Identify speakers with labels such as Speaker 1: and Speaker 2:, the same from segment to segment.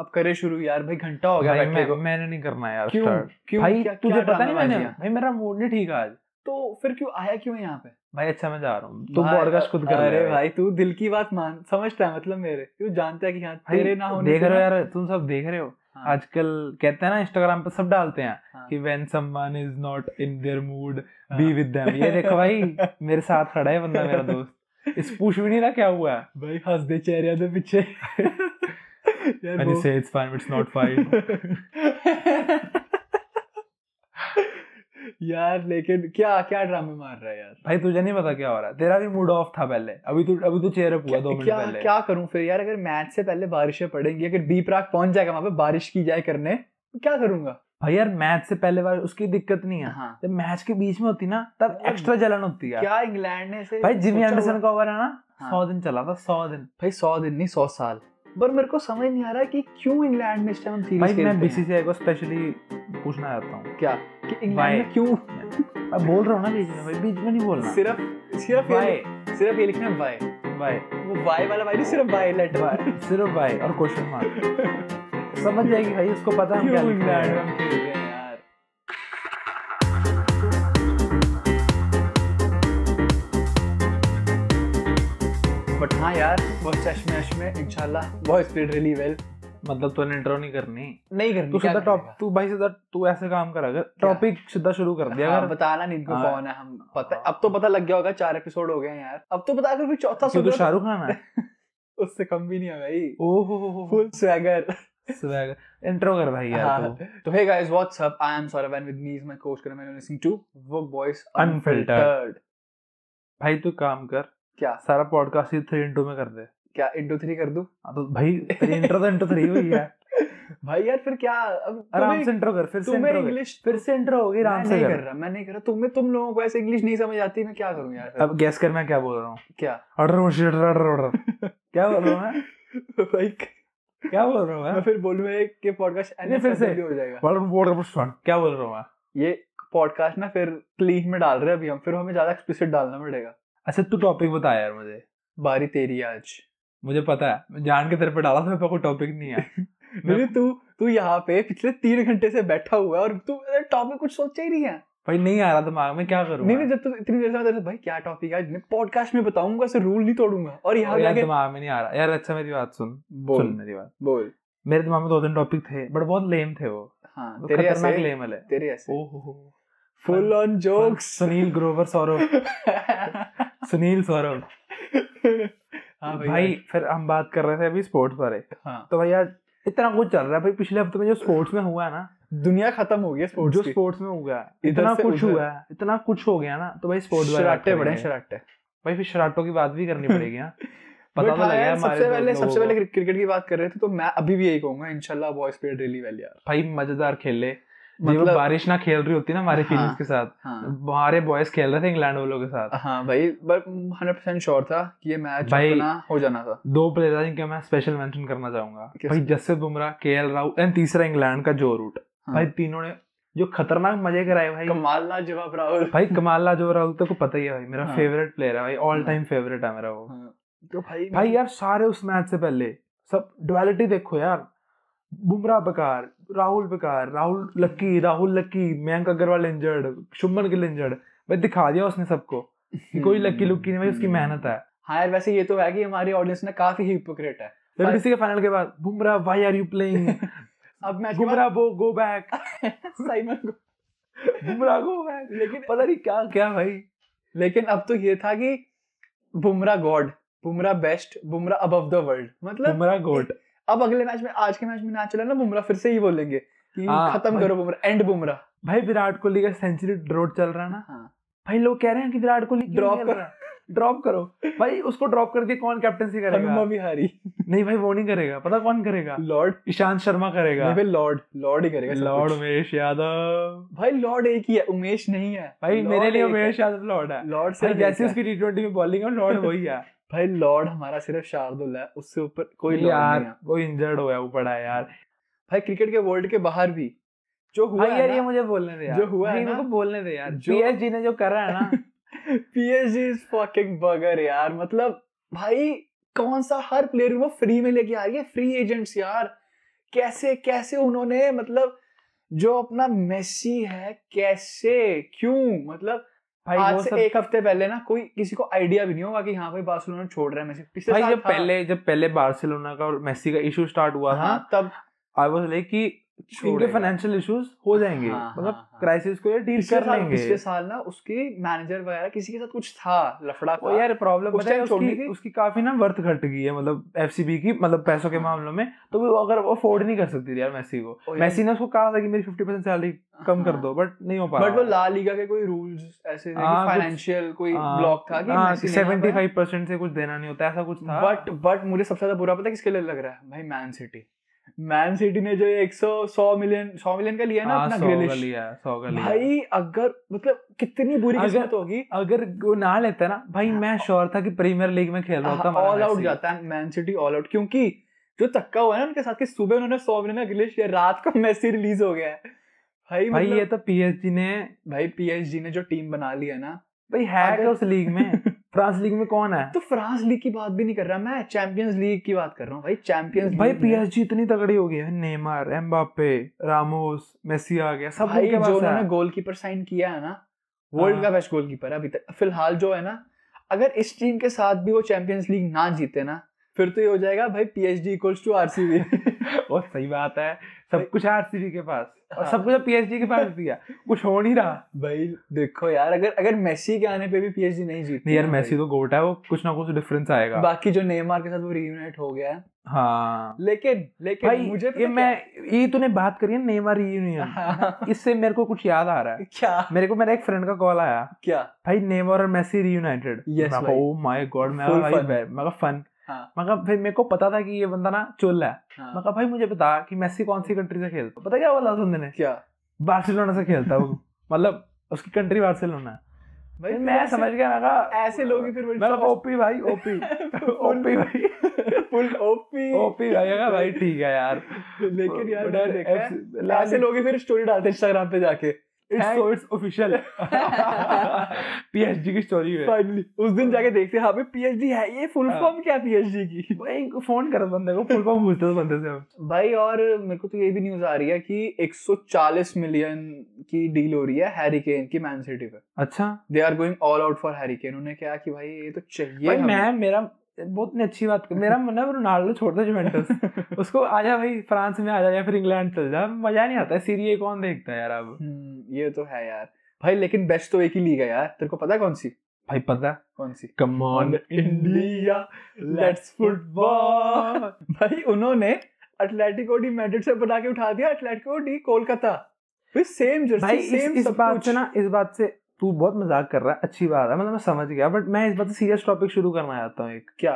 Speaker 1: अब करे शुरू यार भाई घंटा हो गया
Speaker 2: भाई
Speaker 1: बैठे
Speaker 2: मैं,
Speaker 1: को
Speaker 2: मैंने नहीं करना यार
Speaker 1: क्यों
Speaker 2: start।
Speaker 1: क्यों
Speaker 2: भाई
Speaker 1: क्या-
Speaker 2: तुझे
Speaker 1: क्या
Speaker 2: पता नहीं
Speaker 1: drama
Speaker 2: मैंने
Speaker 1: किया?
Speaker 2: भाई मेरा मूड नहीं ठीक है आज
Speaker 1: तो फिर क्यों आया क्यों है यहाँ पे
Speaker 2: भाई अच्छा मैं जा रहा हूँ तू
Speaker 1: भाई,
Speaker 2: पॉडकास्ट खुद कर ले
Speaker 1: अरे
Speaker 2: भाई।
Speaker 1: भाई तू दिल की बात मान समझता है मतलब मेरे तू जानता है कि हाँ
Speaker 2: भाई,
Speaker 1: तेरे ना होने
Speaker 2: देख
Speaker 1: से
Speaker 2: रहे हो
Speaker 1: ना-
Speaker 2: यार तुम सब देख रहे हो
Speaker 1: हाँ,
Speaker 2: आजकल कहते हैं ना इंस्टाग्राम पे सब डालते हैं
Speaker 1: हाँ,
Speaker 2: कि when someone is not in their mood
Speaker 1: हाँ।
Speaker 2: बी विद देम ये देखो भाई मेरे साथ खड़ा है बंदा मेरा दोस्त इस पूछ भी नहीं रहा क्या हुआ है
Speaker 1: भाई हंस दे चेहरे दे पीछे यार
Speaker 2: मैंने से it's fine it's not fine
Speaker 1: यार लेकिन क्या क्या ड्रामे मार रहा है यार
Speaker 2: भाई तुझे नहीं पता क्या हो रहा है तेरा भी मूड ऑफ था पहले अभी तू अभी तू चेहरे हुआ
Speaker 1: क्या,
Speaker 2: दो मिनट
Speaker 1: क्या,
Speaker 2: पहले
Speaker 1: क्या करूं फिर यार अगर मैच से पहले बारिशें पड़ेंगी अगर बी प्राक पहुंच जाएगा वहां पे बारिश की जाए करने तो क्या करूंगा
Speaker 2: भाई यार मैच से पहले बार उसकी दिक्कत नहीं है
Speaker 1: हाँ
Speaker 2: जब मैच के बीच में होती ना तब
Speaker 1: यार,
Speaker 2: एक्स्ट्रा जलन होती है
Speaker 1: क्या इंग्लैंड ने से
Speaker 2: भाई जिमी
Speaker 1: सोचा
Speaker 2: एंडरसन
Speaker 1: हुआ-
Speaker 2: का ओवर है ना
Speaker 1: हाँ।
Speaker 2: सौ दिन चला था सौ दिन
Speaker 1: भाई सौ दिन नहीं सौ साल पर मेरे को समझ नहीं आ रहा कि क्यों इंग्लैंड में इस टाइम सीरीज
Speaker 2: भाई मैं बीसीसीआई को स्पेशली पूछना चाहता हूँ
Speaker 1: क्या कि
Speaker 2: भाई,
Speaker 1: इंग्लैंड में क्यों
Speaker 2: मैं बोल रहा हूँ ना बीच में भाई बीच में नहीं बोलना
Speaker 1: सिर्फ सिर्फ
Speaker 2: भाई
Speaker 1: ये सिर्फ ये लिखना बाय
Speaker 2: भाई
Speaker 1: वो बाय वाला बाय नहीं सिर्फ बाय लेटर
Speaker 2: भाई सिर्फ भाई और क्वेश्चन मार्क समझ जाएगी भाई उसको पता हम क्या
Speaker 1: क्यों
Speaker 2: लिख रहे
Speaker 1: इंग्लैंड में
Speaker 2: हैं
Speaker 1: हम खेल रहे हैं यार बट हाँ यार बहुत चश्मे अश्मे इंशाल्लाह बहुत स्पीड रियली वेल
Speaker 2: मतलब तूने इंट्रो नहीं करनी
Speaker 1: नहीं करनी
Speaker 2: तू
Speaker 1: क्या
Speaker 2: सीधा टॉप
Speaker 1: करेगा?
Speaker 2: तू भाई सीधा तू ऐसे काम कर अगर टॉपिक सीधा शुरू कर दिया
Speaker 1: हाँ,
Speaker 2: अगर
Speaker 1: बताना नहीं इनको
Speaker 2: हाँ।
Speaker 1: कौन है हम पता
Speaker 2: हाँ।
Speaker 1: अब तो पता लग गया होगा चार एपिसोड हो गए हैं यार अब तो पता अगर कोई चौथा
Speaker 2: क्यों
Speaker 1: सुन
Speaker 2: तू
Speaker 1: रहा
Speaker 2: शाहरुख खान है
Speaker 1: है, तो उससे कम भी नहीं है भाई
Speaker 2: ओहो हो हो
Speaker 1: फुल स्वैगर
Speaker 2: स्वैग इंट्रो कर भाई यार
Speaker 1: हाँ।
Speaker 2: तू
Speaker 1: तो hey guys what's up I am Saurav and with me is my coach Karan and you're listening to Work Boys
Speaker 2: Unfiltered.
Speaker 1: Unfiltered
Speaker 2: भाई तू काम कर
Speaker 1: क्या?
Speaker 2: सारा पॉडकास्ट ही थ्री इंटू में कर दे
Speaker 1: क्या इंटू थ्री कर दूं
Speaker 2: हाँ तो भाई इंट्रो तो इंटू थ्री हुई है
Speaker 1: भाई यार फिर क्या अब
Speaker 2: आराम
Speaker 1: तुम्हें-
Speaker 2: से इंट्रो कर फिर से
Speaker 1: तुम्हें
Speaker 2: intro कर।
Speaker 1: इंग्लिश
Speaker 2: फिर से इंट्रो होगी आराम से
Speaker 1: नहीं
Speaker 2: तो कर
Speaker 1: कर रहा मैं नहीं कर रहा तुम्हें तुम लोगों को ऐसे इंग्लिश नहीं समझ आती मैं क्या करूं यार
Speaker 2: अब गैस कर मैं क्या बोल रहा हूँ
Speaker 1: क्या
Speaker 2: ऑर्डर ऑर्डर ऑर्डर ऑर्डर क्या बोल रहा हूँ मैं
Speaker 1: भाई
Speaker 2: क्या बोल रहा हूँ
Speaker 1: मैं
Speaker 2: मैं
Speaker 1: फिर बोलूंगा एक के पॉडकास्ट
Speaker 2: नहीं, फिर से।
Speaker 1: हो जाएगा
Speaker 2: वर्ल्ड बोर्ड का प्रश्न क्या बोल रहा हूँ मैं
Speaker 1: ये पॉडकास्ट ना फिर क्लीन में डाल रहे हैं अभी हम फिर हमें ज्यादा एक्सप्लिसिट डालना पड़ेगा
Speaker 2: अच्छा तू टॉपिक बता यार मुझे
Speaker 1: बारी तेरी आज
Speaker 2: मुझे पता है मैं जान के तेरे पे डाला था मेरे पे कोई टॉपिक नहीं है मैं-
Speaker 1: मेरे तू तू यहाँ पे पिछले तीन घंटे से बैठा हुआ है और तू टॉपिक कुछ सोचा ही नहीं है
Speaker 2: भाई नहीं आ रहा दिमाग में क्या करूँ
Speaker 1: नहीं नहीं जब तू इतनी देर से मैं तेरे से, भाई क्या टॉपिक है आज? मैं पॉडकास्ट में बताऊंगा से रूल नहीं तोड़ूंगा और यहाँ
Speaker 2: यार
Speaker 1: जाके
Speaker 2: दिमाग में नहीं आ रहा यार अच्छा मेरी बात सुन
Speaker 1: बोल
Speaker 2: सुन मेरी बात
Speaker 1: बोल
Speaker 2: मेरे दिमाग में दो तीन टॉपिक थे बट बहुत लेम थे वो
Speaker 1: हाँ
Speaker 2: वो
Speaker 1: तेरे
Speaker 2: खतरनाक
Speaker 1: ऐसे
Speaker 2: लेम वाले
Speaker 1: तेरे ऐसे
Speaker 2: ओहो
Speaker 1: full on jokes
Speaker 2: Sunil Grover Saurav Sunil Saurav
Speaker 1: हाँ
Speaker 2: भाई, फिर हम बात कर रहे थे अभी स्पोर्ट्स बारे
Speaker 1: हाँ
Speaker 2: तो भाई यार इतना कुछ चल रहा है भाई पिछले हफ्ते में जो स्पोर्ट्स में हुआ है ना
Speaker 1: दुनिया खत्म हो गई स्पोर्ट्स
Speaker 2: जो
Speaker 1: की
Speaker 2: स्पोर्ट्स में हुआ है,
Speaker 1: इधर
Speaker 2: इतना
Speaker 1: से
Speaker 2: कुछ
Speaker 1: उधर।
Speaker 2: हुआ है, इतना कुछ हो गया ना तो भाई स्पोर्ट्स वाले बात
Speaker 1: शराटे बड़े
Speaker 2: करेंगे।
Speaker 1: शराटे
Speaker 2: भाई फिर शराटों की बात भी करनी पड़ेगी ना पता
Speaker 1: But
Speaker 2: तो
Speaker 1: हाँ
Speaker 2: लगा
Speaker 1: यार, सबसे
Speaker 2: हमारे दो
Speaker 1: पहले
Speaker 2: लोगों
Speaker 1: सबसे
Speaker 2: को।
Speaker 1: पहले क्रिक- क्रिकेट की बात कर रहे थे तो मैं अभी भी यही कहूंगा इंशाल्लाह बॉयज प्लेड रियली वेल यार
Speaker 2: भाई मजेदार खेले मतलब
Speaker 1: मतलब
Speaker 2: बारिश ना खेल रही होती ना हमारे
Speaker 1: हाँ।
Speaker 2: फीलिंग्स के साथ
Speaker 1: हाँ
Speaker 2: हमारे बॉयज खेल रहे थे इंग्लैंड वालों के साथ
Speaker 1: हाँ भाई बट हंड्रेड परसेंट श्योर था कि ये मैच
Speaker 2: भाई-
Speaker 1: अपना हो जाना था
Speaker 2: दो प्लेयर हैं जिनके मैं स्पेशल मेंशन करना चाहूंगा
Speaker 1: किस-
Speaker 2: भाई Jasprit Bumrah K L Rahul and तीसरा इंग्लैंड का जो रूट
Speaker 1: हाँ।
Speaker 2: भाई तीनों ने जो खतरनाक मजे कराए भाई
Speaker 1: कमाल ना जवाब राहुल
Speaker 2: भाई कमाल लाजो राहुल तो को पता ही है भाई मेरा
Speaker 1: हाँ।
Speaker 2: फेवरेट प्लेयर है भाई ऑल
Speaker 1: हाँ।
Speaker 2: टाइम फेवरेट है मेरा वो
Speaker 1: हाँ, तो भाई
Speaker 2: भाई यार सारे उस मैच से पहले सब डुअलिटी देखो यार बुमराह बेकार राहुल बेकार Rahul lucky Rahul lucky Mayank Agarwal injured Shubman Gill injured भाई दिखा दिया उसने सबको कि
Speaker 1: हम्म,
Speaker 2: कोई लकी लुकी नहीं भाई उसकी मेहनत है
Speaker 1: हाँ यार वैसे ये तो है कि हमारी ऑडियंस ने काफी हिपोक्रेट है
Speaker 2: फिर
Speaker 1: भाई-
Speaker 2: किसी के फाइनल के बाद Bumrah why are you playing
Speaker 1: अच्छा, अब मैच के बाद
Speaker 2: बुमराह वो गो बैक
Speaker 1: साइमन को
Speaker 2: बुमराह गो बैक
Speaker 1: लेकिन
Speaker 2: पता नहीं क्या क्या भाई
Speaker 1: लेकिन अब तो ये था कि Bumrah god Bumrah best Bumrah above the world मतलब
Speaker 2: बुमराह गोट
Speaker 1: अब अगले मैच में आज के मैच में ना चला ना बुमराह फिर से ही बोलेंगे कि
Speaker 2: हाँ,
Speaker 1: खत्म
Speaker 2: भाई।
Speaker 1: करो बुमराह एंड बुमराह
Speaker 2: भाई विराट कोहली का सेंचुरी रोड चल रहा है ना भाई लोग कह रहे हैं कि विराट कोहली
Speaker 1: Drop
Speaker 2: ड्रॉप कर ड्रॉप करो भाई उसको ड्रॉप करके कौन कैप्टनसी करेगा
Speaker 1: हनुमा बिहारी
Speaker 2: नहीं भाई वो नहीं करेगा पता कौन करेगा
Speaker 1: लॉर्ड
Speaker 2: ईशांत शर्मा करेगा
Speaker 1: नहीं भाई लॉर्ड लॉर्ड ही करेगा सब
Speaker 2: लॉर्ड
Speaker 1: कुछ।
Speaker 2: उमेश यादव
Speaker 1: भाई लॉर्ड एक ही है उमेश नहीं है
Speaker 2: भाई
Speaker 1: लॉर्ड
Speaker 2: मेरे लिए
Speaker 1: एक है।
Speaker 2: उमेश यादव लॉर्ड है
Speaker 1: लॉर्ड से
Speaker 2: भाई जैसे
Speaker 1: उसकी
Speaker 2: उसकी टी में बॉलिंग है लॉर्ड वही है
Speaker 1: भाई लॉर्ड हमारा सिर्फ शार्दुल है उससे ऊपर कोई लॉर्ड नहीं
Speaker 2: यार
Speaker 1: है
Speaker 2: वो इंजर्ड हुआ है, वो पड़ा है यार
Speaker 1: भाई क्रिकेट के वर्ल्ड के बाहर भी जो हुआ
Speaker 2: भाई
Speaker 1: है
Speaker 2: यार
Speaker 1: ना,
Speaker 2: ये मुझे बोलने दे यार
Speaker 1: जो हुआ है
Speaker 2: भाई, मेरे
Speaker 1: ना,
Speaker 2: को बोलने दे यार
Speaker 1: जो-
Speaker 2: पीएसजी ने जो कर रहा है ना
Speaker 1: PSG is fucking बगर यार मतलब भाई कौन सा हर प्लेयर को फ्री में लेके आ रही है फ्री एजेंट्स यार कैसे कैसे उन्होंने मतलब जो अपना मेसी है कैसे क्यों मतलब
Speaker 2: भाई वो
Speaker 1: आज
Speaker 2: सब
Speaker 1: से एक हफ्ते पहले ना कोई किसी को आइडिया भी नहीं होगा कि हाँ भाई बार्सिलोना छोड़ रहा है मेसी पिछले
Speaker 2: भाई
Speaker 1: साल
Speaker 2: जब
Speaker 1: था।
Speaker 2: पहले जब पहले बार्सिलोना का और मेसी का इशू स्टार्ट हुआ था
Speaker 1: हाँ तब
Speaker 2: आई वाज लाइक कि इनके
Speaker 1: छोड़ेगा।
Speaker 2: फाइनेंशियल इश्यूज हो जाएंगे
Speaker 1: हाँ, हाँ,
Speaker 2: मतलब
Speaker 1: हाँ।
Speaker 2: क्राइसिस को ये डील
Speaker 1: पिछले
Speaker 2: कर
Speaker 1: साल-
Speaker 2: लेंगे
Speaker 1: पिछले साल ना उसके मैनेजर वगैरह किसी के साथ कुछ था लफड़ा
Speaker 2: वो यार प्रॉब्लम
Speaker 1: उस
Speaker 2: पता है
Speaker 1: time छोड़ने
Speaker 2: उसकी,
Speaker 1: की-
Speaker 2: उसकी काफी ना वर्थ घट गई है मतलब एफसीबी की मतलब पैसों के
Speaker 1: हाँ।
Speaker 2: मामलों में तो वो अगर वो अफोर्ड नहीं कर सकती थी यार मेसी को
Speaker 1: ओ यार-
Speaker 2: मेसी ने उसको कहा था कि मेरी 50% सैलरी कम कर दो बट नहीं हो पा
Speaker 1: बट हाँ। वो ला लीगा के कोई रूल्स ऐसे
Speaker 2: हाँ, कुछ- हाँ,
Speaker 1: फाइनेंशियल कोई ब्लॉक था कि मेसी नहीं आ पाया।
Speaker 2: सेवेंटी फाइव परसेंट से कुछ देना नहीं होता ऐसा कुछ था
Speaker 1: बट बट मुझे सबसे ज्यादा बुरा पता है किसके लिए लग रहा है भाई मैन सिटी मैन सिटी ने जो ये 100 100 मिलियन 100 मिलियन का लिया है ना
Speaker 2: हाँ,
Speaker 1: अपना
Speaker 2: सौ का
Speaker 1: ग्रिलिश
Speaker 2: लिया सौ का लिया
Speaker 1: भाई अगर मतलब कितनी बुरी
Speaker 2: अगर-
Speaker 1: किस्मत होगी
Speaker 2: अगर वो ना लेता ना भाई मैं
Speaker 1: हाँ।
Speaker 2: श्योर था कि प्रीमियर लीग में खेल रहा होता हमारा
Speaker 1: ऑल आउट
Speaker 2: मेसी।
Speaker 1: हाँ, जाता है मैन सिटी ऑल आउट क्योंकि जो तक्का हुआ है ना उनके साथ कि सुबह उन्होंने 100 मिलियन का ग्रिलिश लिया रात को मेसी रिलीज हो गया है भाई
Speaker 2: भाई
Speaker 1: मतलब
Speaker 2: ये तो पीएसजी ने
Speaker 1: भाई पीएसजी ने जो टीम बना ली है ना
Speaker 2: भाई है
Speaker 1: अगर-
Speaker 2: क्या उस लीग में फ्रांस लीग में कौन है
Speaker 1: तो फ्रांस लीग की बात भी नहीं कर रहा मैं चैंपियंस लीग की बात कर रहा हूँ भाई चैंपियंस
Speaker 2: भाई पीएसजी इतनी तगड़ी हो गई है नेमार एम्बापे रामोस मेसी आ गया सब
Speaker 1: भाई
Speaker 2: उनके
Speaker 1: जो
Speaker 2: पास है
Speaker 1: उन्होंने गोलकीपर साइन किया है ना वर्ल्ड
Speaker 2: हाँ।
Speaker 1: का बेस्ट गोलकीपर है अभी तक फिलहाल जो है ना अगर इस टीम के साथ भी वो चैंपियंस लीग ना जीते ना फिर तो ये हो जाएगा भाई पीएचडी इक्वल्स टू आरसीबी
Speaker 2: और सही बात है सब
Speaker 1: भाई-
Speaker 2: कुछ आरसीबी के पास और
Speaker 1: हाँ।
Speaker 2: सब कुछ पीएसजी के पास भी है कुछ हो नहीं रहा
Speaker 1: भाई देखो यार अगर अगर मेसी के आने पे भी पीएचडी नहीं जीती
Speaker 2: नहीं यार तो
Speaker 1: ना
Speaker 2: मेसी
Speaker 1: भाई,
Speaker 2: तो गोट है वो कुछ ना कुछ डिफरेंस आएगा
Speaker 1: बाकी जो नेमार के साथ वो रीयूनाइट हो गया है
Speaker 2: हाँ
Speaker 1: लेकिन लेकिन
Speaker 2: भाई
Speaker 1: मुझे पता
Speaker 2: ये
Speaker 1: क्या-
Speaker 2: मैं ये तूने बात करी है नेमार रियूनियन
Speaker 1: हाँ,
Speaker 2: इससे मेरे को कुछ याद आ रहा है
Speaker 1: क्या
Speaker 2: मेरे को मेरा एक फ्रेंड का कॉल आया
Speaker 1: क्या
Speaker 2: भाई नेमार और मेसी रियूनाइटेड
Speaker 1: Yes,
Speaker 2: मैं
Speaker 1: भाई।
Speaker 2: ओ माय गॉड मैं
Speaker 1: Full
Speaker 2: भाई
Speaker 1: fun.
Speaker 2: बे- मैं फन
Speaker 1: हाँ।
Speaker 2: मैं कहा, भाई मेरे को पता था कि ये बंदा ना चुल है
Speaker 1: हाँ,
Speaker 2: मैं कहा भाई मुझे बता कि मेसी कौन सी कंट्री से खेलता है। पता क्या बोला उस बंदे ने
Speaker 1: क्या
Speaker 2: बार्सिलोना से खेलता है वो मतलब उसकी कंट्री बार्सिलोना है
Speaker 1: भाई
Speaker 2: मैं समझ गया मैं कहा
Speaker 1: ऐसे लोग ही फिर
Speaker 2: मैं कहा ओपी भाई ओपी ओपी भाई
Speaker 1: फुल ओपी
Speaker 2: ओपी भाई मैं कहा, भाई ठीक है यार
Speaker 1: लेकिन यार
Speaker 2: But
Speaker 1: मैंने देखा है,
Speaker 2: FC लाल-
Speaker 1: ऐसे लोग ही फिर स्टोरी डालते हैं इंस्टाग्राम पे जाके
Speaker 2: it's
Speaker 1: Thank-
Speaker 2: so it's official PhD की स्टोरी है
Speaker 1: फाइनली उस दिन जाके देखते हैं हाँ भाई पीएचडी है ये फुल
Speaker 2: हाँ।
Speaker 1: फॉर्म क्या पीएचडी की
Speaker 2: भाई इनको फोन करो बंदे को फुल फॉर्म पूछते थे बंदे से हम
Speaker 1: भाई और मेरे को तो ये भी न्यूज आ रही है कि 140 मिलियन की डील हो रही है हैरी केन की मैन सिटी पे
Speaker 2: अच्छा
Speaker 1: they are going all out for Harry Kane उन्होंने कहा कि भाई ये तो चाहिए
Speaker 2: भाई
Speaker 1: हमें।
Speaker 2: मैं मेरा बहुत ने अच्छी बात की मेरा मन है वो रोनाल्डो छोड़ दो जुवेंटस उसको आजा भाई फ्रांस में आ जा या फिर इंग्लैंड चल जा मजा नहीं आता सीरिया कौन देखता है यार अब
Speaker 1: हम्म, ये तो है यार भाई लेकिन बेस्ट तो एक ही लीग है यार तेरे को पता है कौन सी
Speaker 2: भाई पता
Speaker 1: कौन सी
Speaker 2: come on India
Speaker 1: let's football भाई उन्होंने अटलेटिको डी मैड्रिड से बना के उठा दिया अटलेटिको डी कोलकाता फिर सेम जर्सी
Speaker 2: भाई इस,
Speaker 1: सेम
Speaker 2: इस
Speaker 1: सब
Speaker 2: बात
Speaker 1: कुछ।
Speaker 2: से ना इस बात से तू बहुत मजाक कर रहा है अच्छी बात है मतलब मैं समझ गया बट मैं इस बात से सीरियस टॉपिक शुरू करना चाहता हूँ एक
Speaker 1: क्या?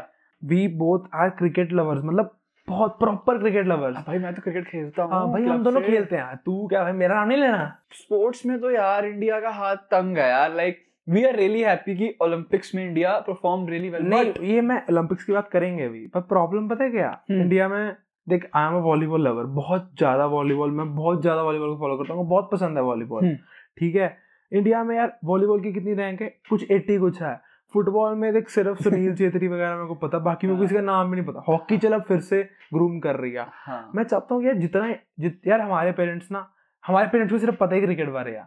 Speaker 2: We both are cricket lovers मतलब बहुत प्रॉपर क्रिकेट लवर्स
Speaker 1: हाँ भाई मैं तो क्रिकेट खेलता हूँ
Speaker 2: हाँ भाई हम दोनों खेलते हैं तू क्या भाई मेरा नाम नहीं लेना
Speaker 1: स्पोर्ट्स में तो यार इंडिया का हाथ तंग है यार like we are really happy कि ओलंपिक्स में इंडिया परफॉर्म रियली वेल
Speaker 2: नहीं ये मैं ओलंपिक्स की बात करेंगे अभी पर प्रॉब्लम पता है क्या
Speaker 1: हम्म।
Speaker 2: इंडिया में देख I am a volleyball lover बहुत ज्यादा वॉलीबॉल मैं बहुत ज्यादा वॉलीबॉल को फॉलो करता हूँ बहुत पसंद है वॉलीबॉल
Speaker 1: हम्म।
Speaker 2: ठीक है इंडिया में यार वॉलीबॉल की कितनी रैंक है कुछ एट्टी कुछ है फुटबॉल में देख सिर्फ सुनील छेत्री वगैरह मेरे को पता बाकी मेरे को
Speaker 1: हाँ।
Speaker 2: किसी का नाम भी नहीं पता हॉकी चल अब फिर से ग्रूम कर रही है
Speaker 1: हाँ
Speaker 2: मैं चाहता हूँ यार जितना जित यार हमारे पेरेंट्स ना हमारे पेरेंट्स को सिर्फ पता ही क्रिकेट बारे यार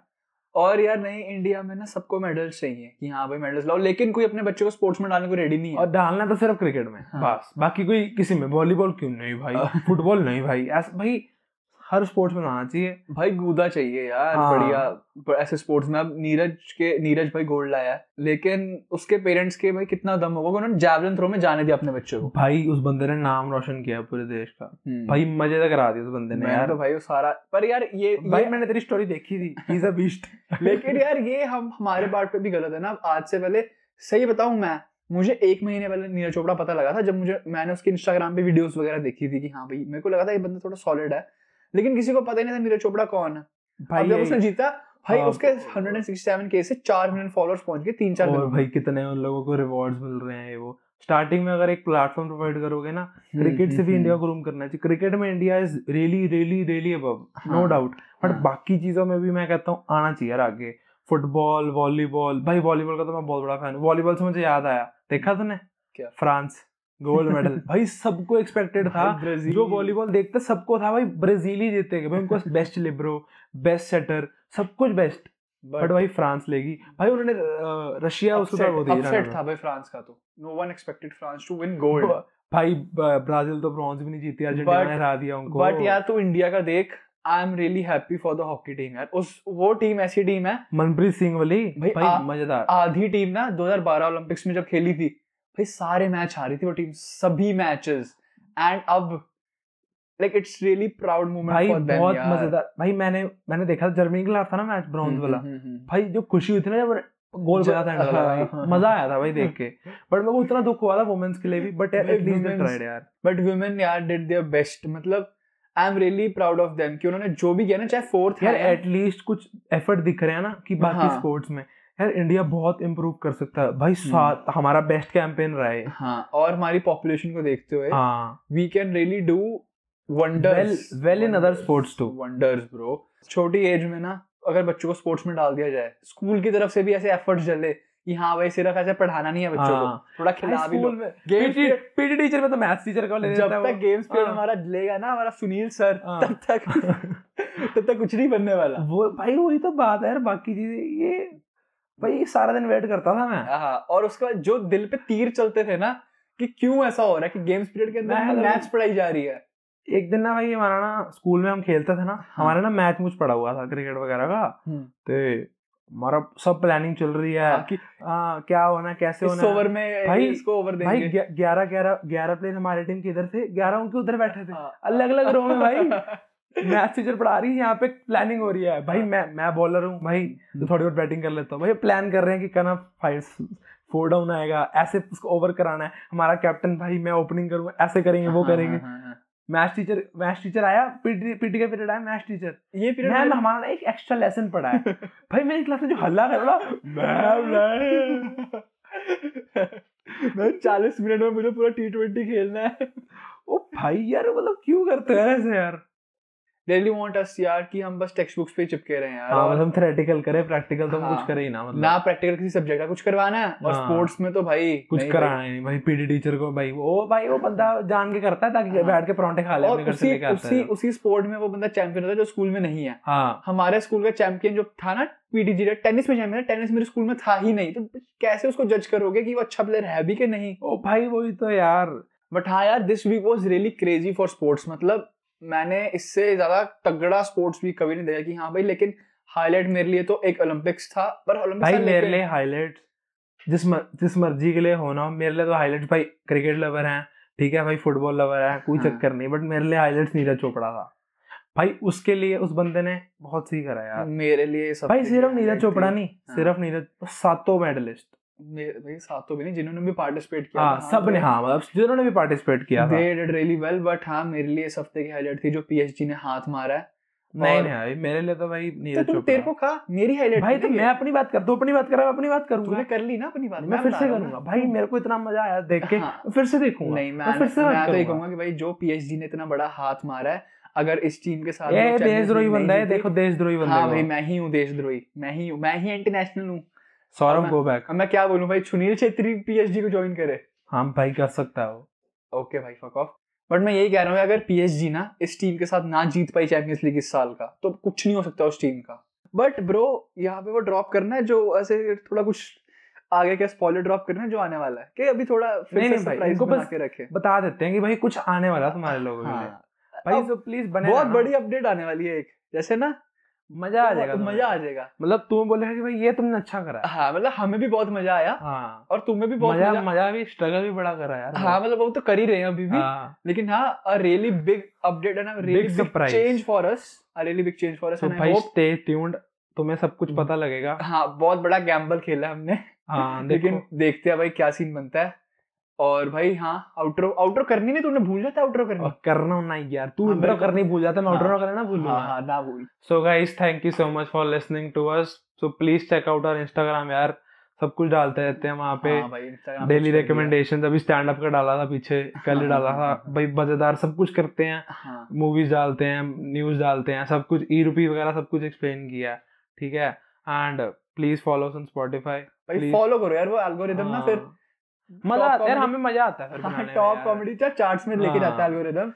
Speaker 1: और यार नहीं इंडिया में ना सबको मेडल्स चाहिए कि हाँ भाई मेडल्स लाओ लेकिन कोई अपने बच्चे को स्पोर्ट्स में डालने को रेडी नहीं है
Speaker 2: और डालना तो सिर्फ क्रिकेट में
Speaker 1: हाँ।
Speaker 2: बस बाकी कोई किसी में वॉलीबॉल क्यों नहीं भाई फुटबॉल नहीं भाई ऐसा भाई हर स्पोर्ट्स में आना चाहिए
Speaker 1: भाई गूदा चाहिए यार
Speaker 2: हाँ।
Speaker 1: बढ़िया ब- ऐसे स्पोर्ट्स में अब नीरज के नीरज भाई गोल्ड लाया है लेकिन उसके पेरेंट्स के भाई कितना दम होगा कि उन्होंने जैवलिन थ्रो में जाने दिया अपने बच्चे को
Speaker 2: तो भाई उस बंदे ने नाम रोशन किया पूरे देश का भाई मजे तक करा दिया उस बंदे ने
Speaker 1: मैं
Speaker 2: हम्म। यार
Speaker 1: तो भाई वो सारा पर यार ये,
Speaker 2: भाई
Speaker 1: ये
Speaker 2: मैंने तेरी स्टोरी देखी थी ही इज अ बीस्ट
Speaker 1: लेकिन यार ये हम हमारे पार्ट पे भी गलत है ना आज से पहले सही बताऊं मैं मुझे एक महीने पहले नीरज चोपड़ा पता लगा था जब मुझे मैंने उसके इंस्टाग्राम पे वीडियोस वगैरह देखी थी कि हाँ भाई मेरे को लगा था ये बंदा थोड़ा सॉलिड है लेकिन किसी को पता ही नहीं था नीरज चोपड़ा कौन है
Speaker 2: भाई
Speaker 1: अब जब
Speaker 2: यही-
Speaker 1: उसने जीता भाई
Speaker 2: हाँ।
Speaker 1: उसके 167 के से 4 मिलियन फॉलोअर्स पहुंच गए तीन चार दिन
Speaker 2: और
Speaker 1: में।
Speaker 2: भाई कितने उन लोगों को रिवॉर्ड्स मिल रहे हैं ये वो स्टार्टिंग में अगर एक प्लेटफॉर्म प्रोवाइड करोगे ना
Speaker 1: हम्म,
Speaker 2: क्रिकेट से भी इंडिया को रूम करना चाहिए क्रिकेट में India is really really really above no
Speaker 1: हाँ,
Speaker 2: डाउट बट
Speaker 1: हाँ।
Speaker 2: बाकी चीजों में भी मैं कहता हूँ आना चाहिए यार आगे फुटबॉल वॉलीबॉल भाई वॉलीबॉल का तो मैं बहुत बड़ा फैन हूँ वॉलीबॉल से मुझे याद आया देखा तूने
Speaker 1: क्या?
Speaker 2: फ्रांस गोल्ड मेडल भाई सबको एक्सपेक्टेड था
Speaker 1: भाई, ब्राजील-
Speaker 2: जो वॉलीबॉल देखते सबको था भाई ब्राजील ही जीतेगा भाई उनको बेस्ट लिब्रो बेस्ट सेटर सब कुछ बेस्ट बट भाई फ्रांस लेगी भाई उन्होंने अ, रशिया उसको क्या वो दे
Speaker 1: अपसेट था भाई फ्रांस का तो no one expected France to win gold
Speaker 2: ब- भाई ब- ब्राजील तो ब्रॉन्ज भी नहीं जीती अर्जेंटीना
Speaker 1: But-
Speaker 2: ने हरा दिया उनको
Speaker 1: बट यार तू इंडिया का देख I am really happy for the hockey team यार उस वो टीम ऐसी टीम है
Speaker 2: मनप्रीत सिंह वाली
Speaker 1: भाई,
Speaker 2: भाई,
Speaker 1: आ-
Speaker 2: मजेदार
Speaker 1: आधी टीम ना 2012 ओलंपिक्स में जब खेली थी भाई सारे मैच हारी थी वो टीम सभी मैचेस एंड अब like it's really proud moment
Speaker 2: भाई
Speaker 1: फॉर देम
Speaker 2: बहुत मजेदार भाई मैंने मैंने देखा जर्मनी के खिलाफ था ना मैच
Speaker 1: हम्म,
Speaker 2: ब्रॉन्ज वाला भाई जो खुशी हुई थी ना जब गोल
Speaker 1: ज-
Speaker 2: बजा था इंडिया वाला,
Speaker 1: हाँ।
Speaker 2: भाई मजा आया था भाई देख के बट मेरे को उतना दुख हुआ था वुमेन्स के लिए भी बट
Speaker 1: भाई,
Speaker 2: एटलीस्ट दे
Speaker 1: women's-
Speaker 2: ट्राइड यार
Speaker 1: बट वुमेन यार डिड देयर बेस्ट मतलब I am really proud of them कि उन्होंने जो भी किया ना चाहे फोर्थ
Speaker 2: यार एटलीस्ट कुछ एफर्ट दिख रहे हैं ना कि बाकी
Speaker 1: हाँ। हम्म।
Speaker 2: स्पोर्ट्स में यार इंडिया बहुत इम्प्रूव कर सकता है भाई सात हमारा बेस्ट कैंपेन रहा है
Speaker 1: हाँ और हमारी पॉपुलेशन को देखते हुए
Speaker 2: हाँ
Speaker 1: we can really do wonders
Speaker 2: Well- well in other sports too.
Speaker 1: Wonders bro छोटी एज में ना अगर बच्चों को स्पोर्ट्स में डाल दिया जाए स्कूल की तरफ से भी ऐसे एफर्ट्स चले कि हाँ भाई सिर्फ ऐसे पढ़ाना नहीं है बच्चों
Speaker 2: हाँ।
Speaker 1: को थोड़ा खिला भी लो
Speaker 2: स्कूल में
Speaker 1: Games period-
Speaker 2: पीटी टीचर में तो मैथ्स टीचर का ले
Speaker 1: जब
Speaker 2: लेता है
Speaker 1: तक गेम्स पीरियड
Speaker 2: हाँ।
Speaker 1: हमारा लेगा ना हमारा सुनील सर
Speaker 2: हाँ।
Speaker 1: तब तक तब तक कुछ नहीं बनने वाला
Speaker 2: वो वो- भाई वही तो बात है यार बाकी चीजें ये भाई सारा दिन वेट करता था मैं
Speaker 1: हाँ और उसके बाद जो दिल पे तीर चलते थे ना कि क्यों ऐसा हो रहा है कि गेम्स पीरियड के
Speaker 2: मैं-
Speaker 1: अंदर मतलब मैच पढ़ाई जा रही है
Speaker 2: एक दिन ना भाई हमारा ना स्कूल में हम खेलते थे ना
Speaker 1: हाँ।
Speaker 2: हमारा ना मैच मुझ पड़ा हुआ था क्रिकेट वगैरह का तो हमारा सब प्लानिंग चल रही है
Speaker 1: हम्म। हाँ, कि
Speaker 2: हाँ क्या होना कैसे
Speaker 1: इस
Speaker 2: होना
Speaker 1: ओवर में
Speaker 2: भाई-
Speaker 1: इसको ओवर
Speaker 2: भाई
Speaker 1: देंगे
Speaker 2: ग्यारह ग्यारह ग्यारह प्लेयर हमारे टीम के इधर थे ग्यारह उनके उधर बैठे थे
Speaker 1: हाँ।
Speaker 2: अलग अलग रो में भाई मैथ टीचर पढ़ा रही है यहाँ पे प्लानिंग हो रही है भाई
Speaker 1: हाँ।
Speaker 2: मैं मैं बॉलर हूँ भाई
Speaker 1: हम्म।
Speaker 2: तो थोड़ी बहुत बैटिंग कर लेता हूँ भाई प्लान कर रहे हैं कि कना फाइव फोर डाउन आएगा ऐसे उसको ओवर कराना है हमारा कैप्टन भाई मैं ओपनिंग करूँ ऐसे करेंगे वो
Speaker 1: हाँ,
Speaker 2: करेंगे
Speaker 1: हाँ, हाँ, हाँ।
Speaker 2: मैथ टीचर मैथ टीचर आया पीटी पीटी का पीरियड आया मैथ टीचर
Speaker 1: ये पीरियड
Speaker 2: मैम हमारा ना एक एक्स्ट्रा लेसन पढ़ा है भाई मेरी क्लास में जो हल्ला कर रहा मैम मैम
Speaker 1: मैं चालीस मिनट में मुझे पूरा टी ट्वेंटी खेलना है
Speaker 2: ओ भाई यार मतलब क्यों करते हैं ऐसे यार
Speaker 1: डेली वांट अस यार कि हम बस टेक्स्ट बुक्स पे ही चिपके रहे हैं यार
Speaker 2: हाँ
Speaker 1: और
Speaker 2: मतलब हम थ्योरेटिकल करें प्रैक्टिकल तो हम
Speaker 1: हाँ।
Speaker 2: कुछ करें ही ना मतलब
Speaker 1: ना प्रैक्टिकल किसी सब्जेक्ट का कुछ करवाना है और
Speaker 2: हाँ।
Speaker 1: स्पोर्ट्स में तो भाई
Speaker 2: कुछ
Speaker 1: नहीं
Speaker 2: कराना ही नहीं भाई पीटी टीचर को भाई वो ओ भाई वो बंदा जान के करता है ताकि
Speaker 1: हाँ।
Speaker 2: बैठ के परांठे खा
Speaker 1: भाई।
Speaker 2: ले अपने
Speaker 1: और
Speaker 2: घर से
Speaker 1: उसी
Speaker 2: लेके आता
Speaker 1: उसी
Speaker 2: है
Speaker 1: उसी स्पोर्ट में वो बंदा चैंपियन होता है जो स्कूल में नहीं है
Speaker 2: हाँ
Speaker 1: हमारे स्कूल का चैंपियन जो था ना पीटीजी का टेनिस में चैंपियन था टेनिस मेरे स्कूल में था ही नहीं तो कैसे उसको जज करोगे कि वो अच्छा प्लेयर है भी कि नहीं
Speaker 2: ओ भाई वही तो यार
Speaker 1: बट हाँ यार this week was really crazy for sports मतलब मैंने इससे ज्यादा तगड़ा स्पोर्ट्स वीक कभी नहीं देखा कि हाँ भाई लेकिन हाईलाइट मेरे लिए तो एक ओलंपिक्स था पर ओलंपिक्स
Speaker 2: भाई मेरे लिए हाईलाइट जिस मर, जिस मर्जी के लिए होना हो, मेरे लिए तो हाईलाइट भाई क्रिकेट लवर हैं ठीक है भाई फुटबॉल लवर हैं कोई
Speaker 1: हाँ।
Speaker 2: चक्कर नहीं बट मेरे लिए हाईलाइट्स नीरज चोपड़ा था भाई उसके लिए उस बंदे ने बहुत सही करा यार
Speaker 1: मेरे हाँ, लिए सबसे
Speaker 2: भाई सिर्फ
Speaker 1: highlight
Speaker 2: नीरज
Speaker 1: थी-
Speaker 2: चोपड़ा नहीं
Speaker 1: हाँ।
Speaker 2: सिर्फ नीरज सातों मेडलिस्ट
Speaker 1: मेरे भाई सातों भी नहीं जिन्होंने भी पार्टिसिपेट किया तो
Speaker 2: हाँ सब ने हाँ मतलब जिन्होंने भी पार्टिसिपेट किया था
Speaker 1: they did really well but हाँ मेरे लिए इस हफ्ते की हाईलाइट थी जो पीएसजी ने हाथ मारा है
Speaker 2: नहीं
Speaker 1: और-
Speaker 2: नहीं भाई मेरे लिए तो भाई
Speaker 1: तो
Speaker 2: नीरज
Speaker 1: तुम तेरे को
Speaker 2: चोपड़ा
Speaker 1: कहा मेरी हाईलाइट
Speaker 2: भाई तो मैं अपनी बात करता हूँ अपनी बात कर रहा हूँ अपनी बात करूंगा
Speaker 1: तूने कर ली ना अपनी बात
Speaker 2: मैं फिर से करूंगा भाई मेरे को इतना मजा आया देख के
Speaker 1: हाँ।
Speaker 2: मैं फिर से देखूंगा
Speaker 1: नहीं मैं
Speaker 2: मैं फिर से
Speaker 1: मैं
Speaker 2: बात
Speaker 1: तो ये
Speaker 2: करूंगा
Speaker 1: कहूंगा कि भाई जो पीएसजी ने इतना बड़ा हाथ मारा है अगर इस टीम के साथ वो
Speaker 2: ये
Speaker 1: Champions
Speaker 2: देशद्रोही
Speaker 1: League नहीं
Speaker 2: बंदा है
Speaker 1: जीती-
Speaker 2: देखो देशद्रोही बंदा
Speaker 1: हाँ
Speaker 2: है
Speaker 1: भाई
Speaker 2: वो।
Speaker 1: मैं ही हूँ देशद्रोही मैं ही हूँ मैं ही इंटरनेशनल हूँ
Speaker 2: सौरभ
Speaker 1: मैं-
Speaker 2: गो बैक
Speaker 1: अब मैं क्या बोलूँ भाई सुनील छेत्री पीएसजी को ज्वाइन करे
Speaker 2: हम हाँ, भाई कर सकता है वो
Speaker 1: ओके भाई फक ऑफ बट मैं यही कह रहा हूँ अगर पीएसजी ना इस टीम के साथ ना जीत पाई चैंपियंस लीग इस साल का तो कुछ नहीं हो सकता उस टीम का बट ब्रो यहाँ पे वो ड्रॉप करना है जो ऐसे थोड़ा कुछ आगे का स्पॉइलर ड्रॉप करना है जो आने वाला है कि अभी थोड़ा फिर
Speaker 2: नहीं,
Speaker 1: से
Speaker 2: नहीं भाई,
Speaker 1: surprise
Speaker 2: इनको
Speaker 1: बना
Speaker 2: बस-
Speaker 1: के रखे
Speaker 2: बता देते हैं कि भाई कुछ आने वाला है तुम्हारे लोगों के लिए
Speaker 1: हाँ,
Speaker 2: भाई
Speaker 1: अब
Speaker 2: तो प्लीज बने
Speaker 1: बहुत
Speaker 2: रहना।
Speaker 1: बड़ी अपडेट आने वाली है एक जैसे ना
Speaker 2: मजा आ
Speaker 1: तो
Speaker 2: जाएगा तुम्हें।
Speaker 1: मजा आ जाएगा
Speaker 2: मतलब तुम बोलेगा कि भाई ये तुमने अच्छा करा है
Speaker 1: हाँ मतलब हमें भी बहुत मजा आया
Speaker 2: हाँ
Speaker 1: और तुम्हें भी बहुत
Speaker 2: मजा
Speaker 1: मजा
Speaker 2: मजा भी स्ट्रगल भी बड़ा करा यार
Speaker 1: हाँ मतलब वो तो कर ही रहे हैं अभी भी
Speaker 2: हाँ
Speaker 1: लेकिन हाँ a really big update and a really
Speaker 2: Big
Speaker 1: big
Speaker 2: surprise.
Speaker 1: Change for us a really big change for us
Speaker 2: तो
Speaker 1: एंड आई
Speaker 2: भाई
Speaker 1: होप
Speaker 2: स्टे ट्यून्ड तुम्हें सब कुछ पता लगेगा
Speaker 1: हाँ बहुत बड़ा गैम्बल खेला हमने
Speaker 2: हाँ
Speaker 1: लेकिन
Speaker 2: लेकिन
Speaker 1: देखते हैं भाई क्या सीन बनता है और भाई हाँ आउटरो आउटरो करनी नहीं तूने भूल जाता आउटरो
Speaker 3: हाँ,
Speaker 1: करनी
Speaker 2: और करना नहीं यार तू
Speaker 1: हाँ,
Speaker 2: इंट्रो
Speaker 1: मेरे को-
Speaker 2: करनी भूल जाता है मैं
Speaker 1: हाँ।
Speaker 2: आउटरो करना ना भूलूंगा
Speaker 1: हाँ हाँ ना भूल
Speaker 2: so guys thank you so much for listening to us so please check out our Instagram यार सब कुछ डालते रहते हैं वहाँ पे
Speaker 1: हाँ भाई Instagram पे छोड़
Speaker 2: डेली
Speaker 1: दिया।
Speaker 2: रिकमेंडेशन अभी स्टैंड अप का डाला था पीछे कल ही डाला था भाई मजेदार सब कुछ करते हैं
Speaker 1: हाँ
Speaker 2: मूवीज डालते हैं न्यूज डालते हैं सब कुछ ई रूपी वगैरह सब कुछ एक्सप्लेन किया है, ठीक है and please follow on Spotify
Speaker 1: भाई
Speaker 2: Please. हाँ।
Speaker 1: फॉलो करो यार वो एल्गोरिदम ना फिर
Speaker 3: हाँ। मजा
Speaker 1: Top
Speaker 3: आता है यार,
Speaker 1: comedy-
Speaker 3: हमें मजा आता है फिर बनाने में
Speaker 1: टॉप
Speaker 3: यार।
Speaker 1: कॉमेडी चार्ट्स में लेके जाता है
Speaker 3: हाँ।
Speaker 1: एल्गोरिदम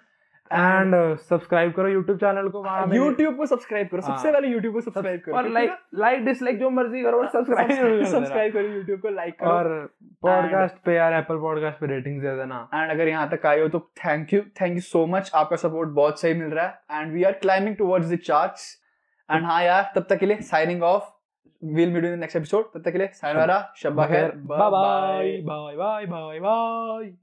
Speaker 2: एंड सब्सक्राइब करो यूट्यूब चैनल को वहाँ मेरे-
Speaker 1: हाँ, YouTube को सब्सक्राइब करो सबसे
Speaker 3: हाँ।
Speaker 1: पहले YouTube को सब्सक्राइब करो
Speaker 3: और
Speaker 1: क्योंकि
Speaker 3: लाइक लाइक डिसलाइक जो मर्जी करो
Speaker 1: ना-
Speaker 3: सब्सक्राइब
Speaker 1: सब्सक्राइब हाँ, करो YouTube को लाइक करो
Speaker 2: और पॉडकास्ट पे यार एप्पल पॉडकास्ट पे रेटिंग दे देना
Speaker 1: एंड अगर यहाँ तक आए हो तो thank you thank you so much आपका सपोर्ट बहुत सही मिल रहा है and we are climbing towards the charts and हाँ यार तब तक के लिए signing off will meet in next episode तब तक के लिए साइनवारा शब्बा खैर
Speaker 2: bye bye bye bye bye